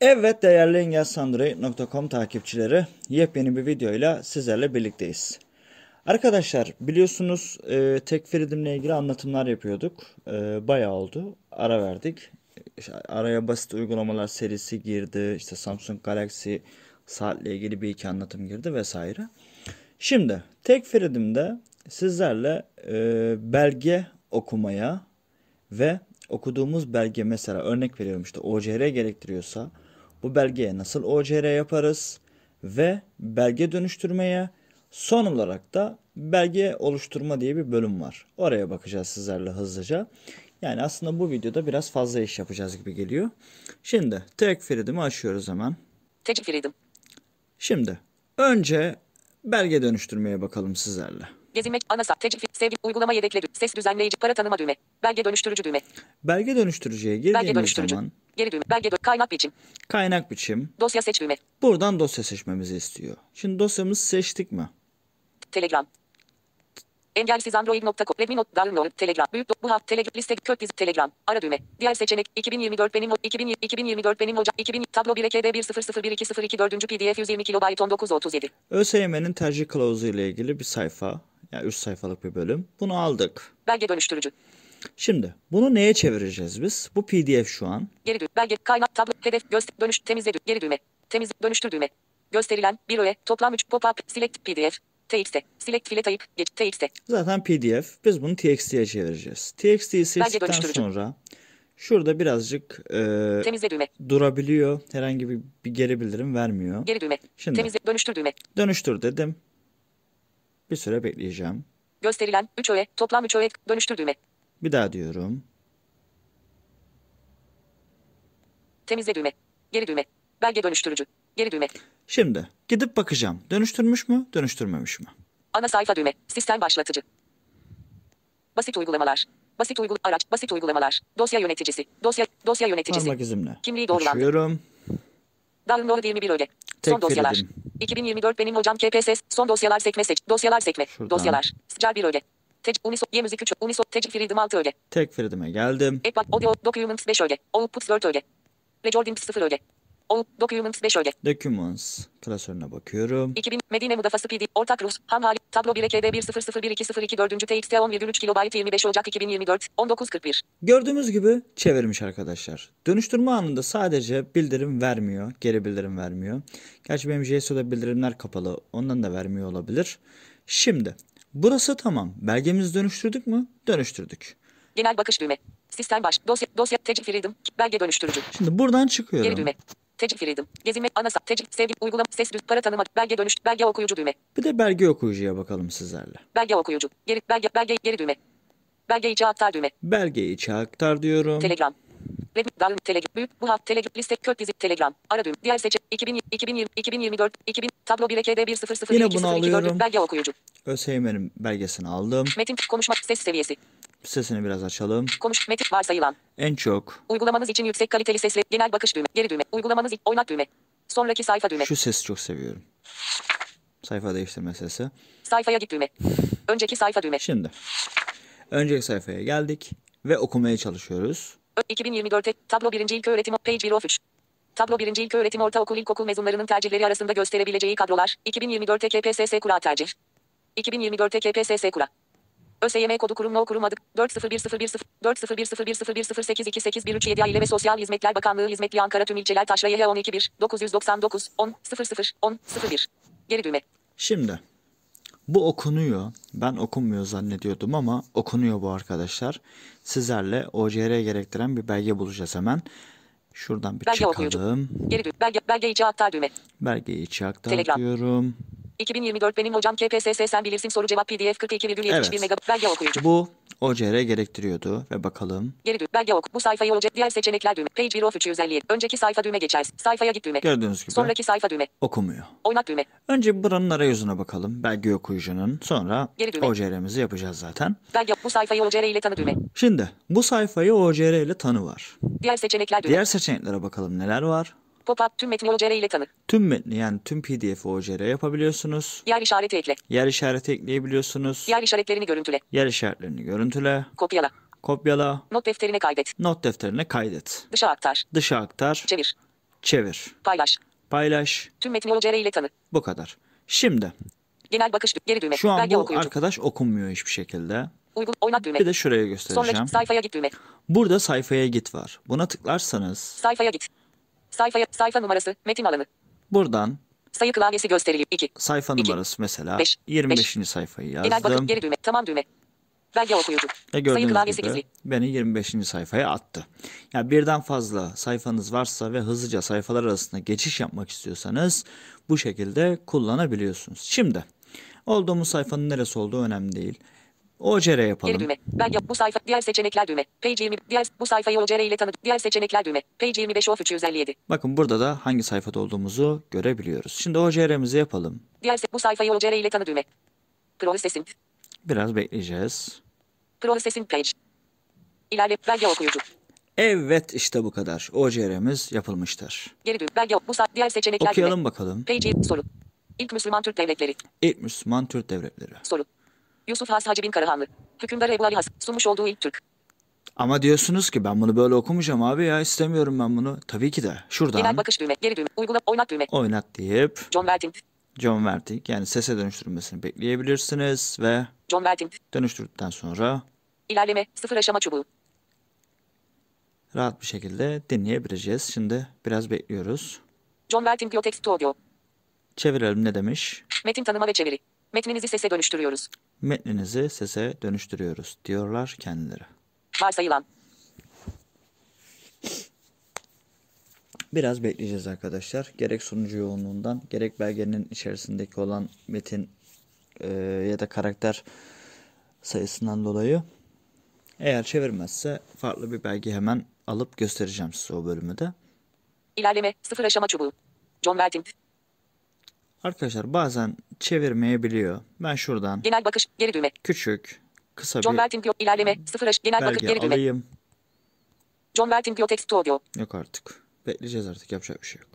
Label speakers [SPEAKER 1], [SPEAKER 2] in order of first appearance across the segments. [SPEAKER 1] Evet değerli engelsandroid.com takipçileri yepyeni bir videoyla sizlerle birlikteyiz. Arkadaşlar biliyorsunuz e, tekfir edimle ilgili anlatımlar yapıyorduk. E, bayağı oldu. Ara verdik. İşte araya basit uygulamalar serisi girdi. İşte Samsung Galaxy saatle ilgili bir iki anlatım girdi vesaire. Şimdi tekfir edimde sizlerle e, belge okumaya ve okuduğumuz belge mesela örnek veriyorum işte OCR gerektiriyorsa bu belgeye nasıl OCR yaparız ve belge dönüştürmeye son olarak da belge oluşturma diye bir bölüm var. Oraya bakacağız sizlerle hızlıca. Yani aslında bu videoda biraz fazla iş yapacağız gibi geliyor. Şimdi tekfiridimi açıyoruz hemen.
[SPEAKER 2] Tecrüb edildim.
[SPEAKER 1] Şimdi önce belge dönüştürmeye bakalım sizlerle.
[SPEAKER 2] Gezinmek, ana sayfa, tecrüb, sevgi, uygulama yedekleri, ses düzenleyici, para tanıma düğme, belge dönüştürücü düğme,
[SPEAKER 1] Belge dönüştürücüye girdiğimiz
[SPEAKER 2] belge dönüştürücü,
[SPEAKER 1] zaman
[SPEAKER 2] geri düğme, belge dö- kaynak biçim,
[SPEAKER 1] kaynak biçim
[SPEAKER 2] dosya seç düğme,
[SPEAKER 1] buradan dosya seçmemizi istiyor. Şimdi dosyamızı seçtik mi?
[SPEAKER 2] telegram, engelsiz android.com, redmi note, download, telegram, büyük do- bu hafta telegram, liste, kök dizi, telegram, ara düğme, diğer seçenek, 2024 benim, o- 2020, 2024 benim ocak, 2000, tablo 1 ekd 1001202 4. pdf 120 kilobayt 1937,
[SPEAKER 1] ÖSYM'nin tercih kılavuzu ile ilgili bir sayfa, yani 3 sayfalık bir bölüm. Bunu aldık.
[SPEAKER 2] belge dönüştürücü,
[SPEAKER 1] Şimdi bunu neye çevireceğiz biz? Bu PDF şu an.
[SPEAKER 2] Geri düğme. Belge. Kaynak. Tablo. Hedef. Göster. Dönüş. Temizle. Düğme. Geri düğme. Temiz. Dönüştür düğme. Gösterilen. Bir öğe. Toplam 3. Pop-up. Select PDF. TXT. Select file type. Geç. TXT.
[SPEAKER 1] Zaten PDF. Biz bunu TXT'ye çevireceğiz. TXT'yi seçtikten
[SPEAKER 2] dönüştürücü.
[SPEAKER 1] sonra şurada birazcık e,
[SPEAKER 2] Temizle düğme.
[SPEAKER 1] durabiliyor. Herhangi bir, bir geri bildirim vermiyor.
[SPEAKER 2] Geri düğme.
[SPEAKER 1] Şimdi.
[SPEAKER 2] Temizle. Dönüştür düğme.
[SPEAKER 1] Dönüştür dedim. Bir süre bekleyeceğim.
[SPEAKER 2] Gösterilen. 3 öğe. Toplam 3 öğe. Dönüştür düğme.
[SPEAKER 1] Bir daha diyorum.
[SPEAKER 2] Temizle düğme. Geri düğme. Belge dönüştürücü. Geri düğme.
[SPEAKER 1] Şimdi gidip bakacağım. Dönüştürmüş mü, dönüştürmemiş mi?
[SPEAKER 2] Ana sayfa düğme. Sistem başlatıcı. Basit uygulamalar. Basit uygul araç. Basit uygulamalar. Dosya yöneticisi. Dosya dosya yöneticisi.
[SPEAKER 1] Parmak izimle.
[SPEAKER 2] Kimliği doğrulandı.
[SPEAKER 1] Açıyorum.
[SPEAKER 2] Download 21 öge.
[SPEAKER 1] Tek
[SPEAKER 2] son dosyalar.
[SPEAKER 1] verelim.
[SPEAKER 2] 2024 benim hocam KPSS. Son dosyalar sekme seç. Dosyalar sekme.
[SPEAKER 1] Şuradan.
[SPEAKER 2] Dosyalar. Sıcar 1 öge. Tec, Uniso, Y Müzik 3, Uniso, Tec, Freedom 6 öge.
[SPEAKER 1] Tek Feridim'e geldim.
[SPEAKER 2] Ekbat, Audio, Documents 5 öge. Outputs 4 öge. Recording 0 öge. Out, Documents 5 öge.
[SPEAKER 1] Documents klasörüne bakıyorum.
[SPEAKER 2] 2000, Medine Mudafası PD, Ortak Rus, Ham Hali, Tablo 1 EKD 100202 4. TXT 10,3 KB 25 Ocak 2024, 19.41.
[SPEAKER 1] Gördüğümüz gibi çevirmiş arkadaşlar. Dönüştürme anında sadece bildirim vermiyor, geri bildirim vermiyor. Gerçi benim JSO'da bildirimler kapalı, ondan da vermiyor olabilir. Şimdi burası tamam. Belgemizi dönüştürdük mü? Dönüştürdük.
[SPEAKER 2] Genel bakış düğme. Sistem baş, dosya, dosya, Tec, Freedom, belge dönüştürücü.
[SPEAKER 1] Şimdi buradan
[SPEAKER 2] Geri
[SPEAKER 1] çıkıyorum.
[SPEAKER 2] düğme. Tecrüb freedom. Gezinme. Ana sayfa. Tecrüb. Sevgi. Uygulama. Ses. Düz. Para tanıma. Belge dönüş. Belge okuyucu düğme.
[SPEAKER 1] Bir de belge okuyucuya bakalım sizlerle.
[SPEAKER 2] Belge okuyucu. Geri. Belge. Belge. Geri düğme. Belge içi aktar düğme.
[SPEAKER 1] Belgeyi içe aktar diyorum.
[SPEAKER 2] Telegram. Web. Download. Telegram. Büyük. Bu hafta. Telegram. Liste. Kök dizi. Telegram. Ara düğme. Diğer seçe. 2000, 2020, 2024. 2000. Tablo 1 EKD 100.
[SPEAKER 1] Yine bunu alıyorum.
[SPEAKER 2] Belge okuyucu.
[SPEAKER 1] ÖSYM'nin belgesini aldım.
[SPEAKER 2] Metin. Konuşma. Ses seviyesi.
[SPEAKER 1] Sesini biraz açalım.
[SPEAKER 2] Konuş. Metin. Varsayılan.
[SPEAKER 1] En çok
[SPEAKER 2] Uygulamanız için yüksek kaliteli sesle. Genel bakış düğme. Geri düğme. Uygulamanız için oynat düğme. Sonraki sayfa düğme.
[SPEAKER 1] şu sesi çok seviyorum. Sayfa değiştirme sesi.
[SPEAKER 2] Sayfaya git düğme. Önceki sayfa düğme.
[SPEAKER 1] Şimdi önceki sayfaya geldik ve okumaya çalışıyoruz.
[SPEAKER 2] 2024'te tablo 1. ilk öğretim page 1 of 3. Tablo 1. ilk öğretim ortaokul ilkokul mezunlarının tercihleri arasında gösterebileceği kadrolar 2024'te KPSS kura tercih. 2024'te KPSS kura. ÖSYM kodu kurum no kurum adı 4010110 4010110082813 Aile ve Sosyal Hizmetler Bakanlığı Hizmetli Ankara Tüm İlçeler Taşraya 121 999 10 00 10 01 Geri düğme.
[SPEAKER 1] Şimdi bu okunuyor. Ben okunmuyor zannediyordum ama okunuyor bu arkadaşlar. Sizlerle OCR gerektiren bir belge bulacağız hemen. Şuradan bir
[SPEAKER 2] Belge
[SPEAKER 1] çıkalım.
[SPEAKER 2] okuyucu. Geri düğme. Belge, belge içi aktar düğme.
[SPEAKER 1] Belgeyi içe
[SPEAKER 2] Telegram.
[SPEAKER 1] aktarıyorum.
[SPEAKER 2] 2024 benim hocam KPSS sen bilirsin soru cevap PDF 42,71
[SPEAKER 1] Evet.
[SPEAKER 2] megabit belge okuyucu.
[SPEAKER 1] Bu OCR gerektiriyordu ve bakalım.
[SPEAKER 2] Geri düğüm. Belge ok. Bu sayfayı olacak. Diğer seçenekler düğme. Page 1 of 357. Önceki sayfa düğme geçersin. Sayfaya git düğme.
[SPEAKER 1] Gördüğünüz gibi
[SPEAKER 2] Sonraki sayfa düğme.
[SPEAKER 1] okumuyor.
[SPEAKER 2] Oynat düğme.
[SPEAKER 1] Önce buranın arayüzüne bakalım. Belge okuyucunun. Sonra
[SPEAKER 2] Geri dönün.
[SPEAKER 1] OCR'mizi yapacağız zaten.
[SPEAKER 2] Belge ok. Bu sayfayı OCR ile tanı düğme.
[SPEAKER 1] Şimdi bu sayfayı OCR ile tanı var.
[SPEAKER 2] Diğer seçenekler düğme.
[SPEAKER 1] Diğer seçeneklere bakalım neler var.
[SPEAKER 2] Pop-up tüm metni OCR ile tanı.
[SPEAKER 1] Tüm metni yani tüm PDF'i OCR yapabiliyorsunuz.
[SPEAKER 2] Yer işareti ekle.
[SPEAKER 1] Yer işareti ekleyebiliyorsunuz.
[SPEAKER 2] Yer işaretlerini görüntüle.
[SPEAKER 1] Yer işaretlerini görüntüle,
[SPEAKER 2] Kopyala.
[SPEAKER 1] kopyala,
[SPEAKER 2] Not defterine kaydet.
[SPEAKER 1] not defterine kaydet.
[SPEAKER 2] Dışa aktar.
[SPEAKER 1] Dışa aktar,
[SPEAKER 2] Çevir.
[SPEAKER 1] çevir,
[SPEAKER 2] Paylaş.
[SPEAKER 1] paylaş.
[SPEAKER 2] Tüm metni OCR ile tanı.
[SPEAKER 1] Bu kadar. Şimdi
[SPEAKER 2] Genel bakış dü- geri düğme.
[SPEAKER 1] şu an
[SPEAKER 2] Belge
[SPEAKER 1] bu
[SPEAKER 2] okuyucu.
[SPEAKER 1] arkadaş okunmuyor hiçbir şekilde.
[SPEAKER 2] Uygun oynat düğme.
[SPEAKER 1] Bir de şuraya göstereceğim.
[SPEAKER 2] Sonraki sayfaya git düğme.
[SPEAKER 1] Burada sayfaya git var. Buna tıklarsanız
[SPEAKER 2] Sayfaya git. Sayfaya sayfa numarası metin alanı.
[SPEAKER 1] buradan
[SPEAKER 2] Sayı klavyesi gösteriliyor. 2.
[SPEAKER 1] sayfa
[SPEAKER 2] İki.
[SPEAKER 1] numarası mesela
[SPEAKER 2] Beş.
[SPEAKER 1] 25. sayfayı
[SPEAKER 2] Genel bakış
[SPEAKER 1] yazdım.
[SPEAKER 2] geri düğme. Tamam düğme. Belge okuyucu.
[SPEAKER 1] Ve
[SPEAKER 2] Sayı
[SPEAKER 1] gördüğünüz
[SPEAKER 2] klavyesi
[SPEAKER 1] E, gibi
[SPEAKER 2] gizli.
[SPEAKER 1] beni 25. sayfaya attı. Yani birden fazla sayfanız varsa ve hızlıca sayfalar arasında geçiş yapmak istiyorsanız bu şekilde kullanabiliyorsunuz. Şimdi olduğumuz sayfanın neresi olduğu önemli değil. OCR
[SPEAKER 2] Geri
[SPEAKER 1] yapalım.
[SPEAKER 2] düğme. Belge bu sayfa diğer seçenekler düğme. Page 20 diğer bu sayfayı OCR ile tanı. Diğer seçenekler düğme. Page 25 of 357.
[SPEAKER 1] Bakın burada da hangi sayfada olduğumuzu görebiliyoruz. Şimdi OCR'mizi yapalım.
[SPEAKER 2] Diğer se- bu sayfayı OCR ile tanı düğme. Processing.
[SPEAKER 1] Biraz bekleyeceğiz.
[SPEAKER 2] Processing page. İlerle belge okuyucu.
[SPEAKER 1] Evet işte bu kadar. OCR'miz yapılmıştır.
[SPEAKER 2] Geri düğme. Belge bu sa- diğer seçenekler düğme.
[SPEAKER 1] Okuyalım bakalım.
[SPEAKER 2] Page soru. İlk Müslüman Türk devletleri.
[SPEAKER 1] İlk Müslüman Türk devletleri.
[SPEAKER 2] Soru. Yusuf Has Hacı bin Karahanlı. Hükümdar Ebu Ali Has sunmuş olduğu ilk Türk.
[SPEAKER 1] Ama diyorsunuz ki ben bunu böyle okumayacağım abi ya istemiyorum ben bunu. Tabii ki de
[SPEAKER 2] Genel
[SPEAKER 1] şuradan
[SPEAKER 2] bakış düğme. Geri düğme. Uygula. Oynat düğme.
[SPEAKER 1] oynat deyip
[SPEAKER 2] John Welting.
[SPEAKER 1] John Vertik yani sese dönüştürmesini bekleyebilirsiniz ve
[SPEAKER 2] John Welting.
[SPEAKER 1] dönüştürdükten sonra
[SPEAKER 2] İlerleme. Sıfır aşama çubuğu.
[SPEAKER 1] rahat bir şekilde dinleyebileceğiz. Şimdi biraz bekliyoruz.
[SPEAKER 2] John Welting Biotext Audio.
[SPEAKER 1] Çevirelim ne demiş?
[SPEAKER 2] Metin tanıma ve çeviri. Metninizi sese dönüştürüyoruz.
[SPEAKER 1] Metninizi sese dönüştürüyoruz diyorlar kendileri.
[SPEAKER 2] Varsayılan.
[SPEAKER 1] Biraz bekleyeceğiz arkadaşlar. Gerek sunucu yoğunluğundan, gerek belgenin içerisindeki olan metin eee, ya da karakter sayısından dolayı. Eğer çevirmezse farklı bir belge hemen alıp göstereceğim size o bölümü de.
[SPEAKER 2] İlerleme. Sıfır aşama çubuğu. John Welting.
[SPEAKER 1] Arkadaşlar bazen çevirmeyebiliyor. Ben şuradan
[SPEAKER 2] Genel bakış. Geri düğme.
[SPEAKER 1] küçük, kısa
[SPEAKER 2] John
[SPEAKER 1] bir
[SPEAKER 2] Welting Bio. İlerleme. Sıfır aş. Genel bakış.
[SPEAKER 1] belge
[SPEAKER 2] Geri düğme.
[SPEAKER 1] alayım.
[SPEAKER 2] John Welting Biotext Audio.
[SPEAKER 1] Yok artık. Bekleyeceğiz artık yapacak bir şey yok.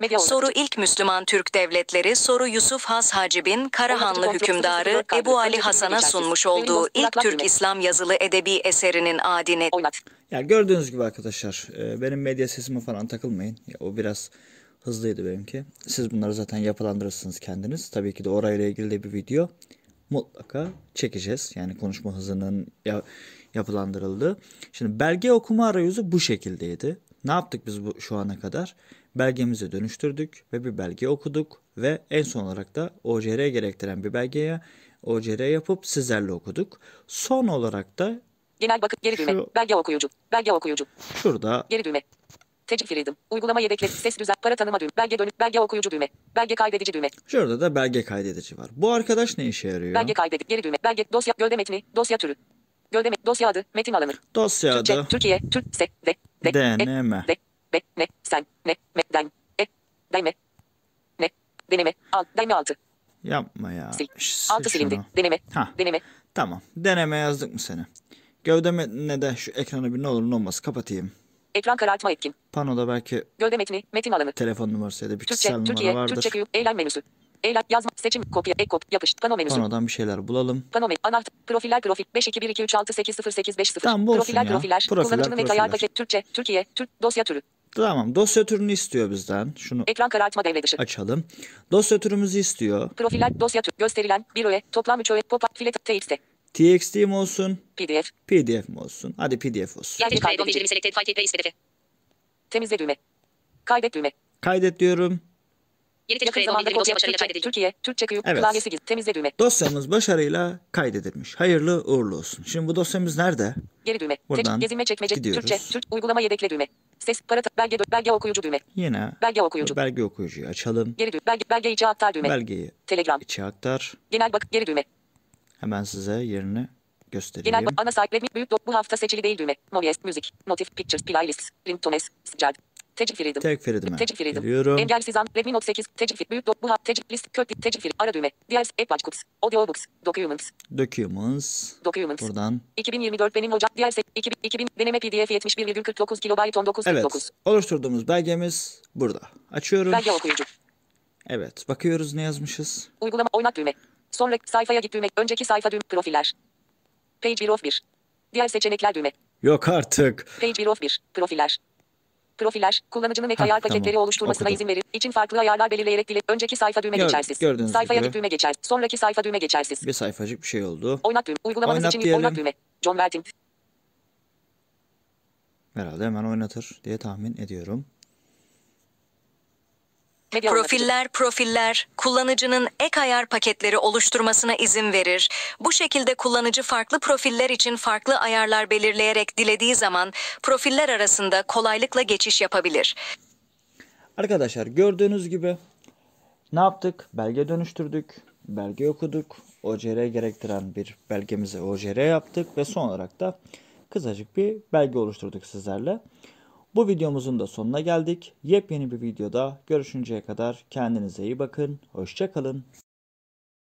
[SPEAKER 2] Medya Orası.
[SPEAKER 3] Soru ilk Müslüman Türk devletleri soru Yusuf Has Hacı bin Karahanlı hükümdarı Ebu Ali Hasan'a sunmuş olduğu ilk Türk İslam yazılı edebi eserinin adini
[SPEAKER 2] Oynat.
[SPEAKER 1] Ya gördüğünüz gibi arkadaşlar e, benim medya sesime falan takılmayın. Ya o biraz hızlıydı benimki. Siz bunları zaten yapılandırırsınız kendiniz. Tabii ki de orayla ilgili de bir video mutlaka çekeceğiz. Yani konuşma hızının ya- yapılandırıldığı. Şimdi belge okuma arayüzü bu şekildeydi. Ne yaptık biz bu şu ana kadar? Belgemizi dönüştürdük ve bir belge okuduk ve en son olarak da OCR gerektiren bir belgeye OCR yapıp sizlerle okuduk. Son olarak da
[SPEAKER 2] Genel bakış. Geri düğme.
[SPEAKER 1] Şu-
[SPEAKER 2] Belge okuyucu. Belge okuyucu.
[SPEAKER 1] şurada
[SPEAKER 2] Geri düğme. Tecrüb freedom. Uygulama yedekle. Ses düzen. Para tanıma düğme. Belge dönüp. Belge okuyucu düğme. Belge kaydedici düğme.
[SPEAKER 1] Şurada da belge kaydedici var. Bu arkadaş ne işe yarıyor?
[SPEAKER 2] Belge kaydedip geri düğme. Belge dosya gölde metni. Dosya türü. Gölde met, dosya adı, metin alanı.
[SPEAKER 1] Dosya
[SPEAKER 2] Türkçe,
[SPEAKER 1] adı
[SPEAKER 2] Türkiye, Türk, se, de, de,
[SPEAKER 1] DNM.
[SPEAKER 2] e, de, be, ne, sen, ne, me, den, e, denme, ne, deneme, al, deneme altı,
[SPEAKER 1] Yapma ya.
[SPEAKER 2] sil,
[SPEAKER 1] Ş-
[SPEAKER 2] altı
[SPEAKER 1] şey şunu.
[SPEAKER 2] silindi, deneme,
[SPEAKER 1] Hah.
[SPEAKER 2] deneme,
[SPEAKER 1] Tamam. Deneme yazdık mı seni? Gövde metnine de şu ekranı bir ne olur ne olmaz kapatayım.
[SPEAKER 2] ekran karartma etkin,
[SPEAKER 1] Panoda belki
[SPEAKER 2] gölde metni, metin alanı,
[SPEAKER 1] telefon numarası ya da bir
[SPEAKER 2] Türkçe,
[SPEAKER 1] kişisel numara
[SPEAKER 2] Türkiye,
[SPEAKER 1] vardır.
[SPEAKER 2] Türkçe Q, eylem menüsü, eylem, yazma, seçim, kopya, ek, kop, yapış, pano menüsü,
[SPEAKER 1] Panodan bir şeyler bulalım.
[SPEAKER 2] Pano menü, anahtar, profiller, profil, 52123680850,
[SPEAKER 1] Tamam, bu olsun
[SPEAKER 2] profiller,
[SPEAKER 1] ya.
[SPEAKER 2] profiller,
[SPEAKER 1] Profiller,
[SPEAKER 2] kullanıcının ekranı
[SPEAKER 1] profiller.
[SPEAKER 2] ayar paket, Türkçe, Türkiye, Türk, dosya türü,
[SPEAKER 1] Tamam. Dosya türünü istiyor bizden. Şunu
[SPEAKER 2] ekran karartma devre dışı,
[SPEAKER 1] açalım. Dosya türümüzü istiyor.
[SPEAKER 2] Profiller dosya türü gösterilen bir öğe toplam 3 öğe pop-up filet txt
[SPEAKER 1] TXT mi olsun?
[SPEAKER 2] pdf
[SPEAKER 1] PDF mi olsun? Hadi PDF olsun.
[SPEAKER 2] Yerleştirme kaydedici. temizle düğme kaydet düğme
[SPEAKER 1] Kaydet diyorum.
[SPEAKER 4] Yeni
[SPEAKER 2] yakın
[SPEAKER 4] tecrübe
[SPEAKER 2] zamanda
[SPEAKER 4] zamanda
[SPEAKER 2] kopya
[SPEAKER 4] dosya
[SPEAKER 2] başarıyla
[SPEAKER 4] başarıyla kaydedildi.
[SPEAKER 2] Türkiye Türkçe kıyıp
[SPEAKER 1] Evet.
[SPEAKER 2] klavyesi gibi temizle düğme
[SPEAKER 1] Dosyamız başarıyla kaydedilmiş. Hayırlı uğurlu olsun. Şimdi bu dosyamız nerede?
[SPEAKER 2] geri düğme
[SPEAKER 1] Buradan
[SPEAKER 2] Teç- gezinme çekmece
[SPEAKER 1] gidiyoruz.
[SPEAKER 2] Türkçe Türk uygulama yedekle düğme ses para ta- belge dö- belge okuyucu düğme
[SPEAKER 1] Yine
[SPEAKER 2] belge okuyucu
[SPEAKER 1] belge okuyucuyu açalım.
[SPEAKER 2] geri düğme belge, belge içe aktar düğme
[SPEAKER 1] Belgeyi
[SPEAKER 2] telegram
[SPEAKER 1] içe aktar.
[SPEAKER 2] genel bak geri düğme
[SPEAKER 1] Hemen size yerini göstereyim.
[SPEAKER 2] genel bak ana sahip resmi büyük dot bu hafta seçili değil düğme movies müzik notif pictures playlists ringtones sıcak Tecrüb freedom.
[SPEAKER 1] Tek feridime
[SPEAKER 2] Tecrüb freedom.
[SPEAKER 1] geliyorum.
[SPEAKER 2] Engelsiz an. Redmi Note 8. Tecrüb fit. Büyük dot. Bu hap. Tecrüb list. Kök. Tecrüb fit. Ara düğme. Diğer. Appatchcooks. Audiobooks. Documents.
[SPEAKER 1] Documents.
[SPEAKER 2] Documents.
[SPEAKER 1] Buradan.
[SPEAKER 2] 2024 benim Ocak. Diğer. 2000, 2000 deneme pdf 71,49 kilobayt 19,49.
[SPEAKER 1] Evet. Oluşturduğumuz belgemiz burada. Açıyorum.
[SPEAKER 2] Belge okuyucu.
[SPEAKER 1] Evet. Bakıyoruz ne yazmışız.
[SPEAKER 2] Uygulama. Oynat düğme. Sonraki sayfaya git düğme. Önceki sayfa düğme. Profiller. Page 1 of 1. Diğer seçenekler düğme.
[SPEAKER 1] Yok artık.
[SPEAKER 2] Page 1 of 1. Profiller. Profiller, kullanıcının ek
[SPEAKER 1] Heh,
[SPEAKER 2] ayar
[SPEAKER 1] tamam,
[SPEAKER 2] paketleri oluşturmasına
[SPEAKER 1] okudum.
[SPEAKER 2] izin verir. İçin farklı ayarlar belirleyerek dile. Önceki sayfa düğme
[SPEAKER 1] Gör-
[SPEAKER 2] geçersiz.
[SPEAKER 1] gördüğünüz
[SPEAKER 2] Sayfaya
[SPEAKER 1] gibi.
[SPEAKER 2] git düğme geçer. Sonraki sayfa düğme geçersiz.
[SPEAKER 1] Bir sayfacık bir şey oldu.
[SPEAKER 2] Oynat düğme. Uygulamanız
[SPEAKER 1] Oynat
[SPEAKER 2] için
[SPEAKER 1] diyelim.
[SPEAKER 2] oynat düğme. John Vertim.
[SPEAKER 1] Herhalde hemen oynatır diye tahmin ediyorum.
[SPEAKER 2] Medya oynatı.
[SPEAKER 3] Profiller, profiller, kullanıcının ek ayar paketleri oluşturmasına izin verir. Bu şekilde kullanıcı farklı profiller için farklı ayarlar belirleyerek dilediği zaman profiller arasında kolaylıkla geçiş yapabilir.
[SPEAKER 1] Arkadaşlar gördüğünüz gibi ne yaptık? Belge dönüştürdük. Belge okuduk. OCR gerektiren bir belgemizi OCR yaptık ve son olarak da kısacık bir belge oluşturduk sizlerle. Bu videomuzun da sonuna geldik. Yepyeni bir videoda görüşünceye kadar kendinize iyi bakın. Hoşça kalın.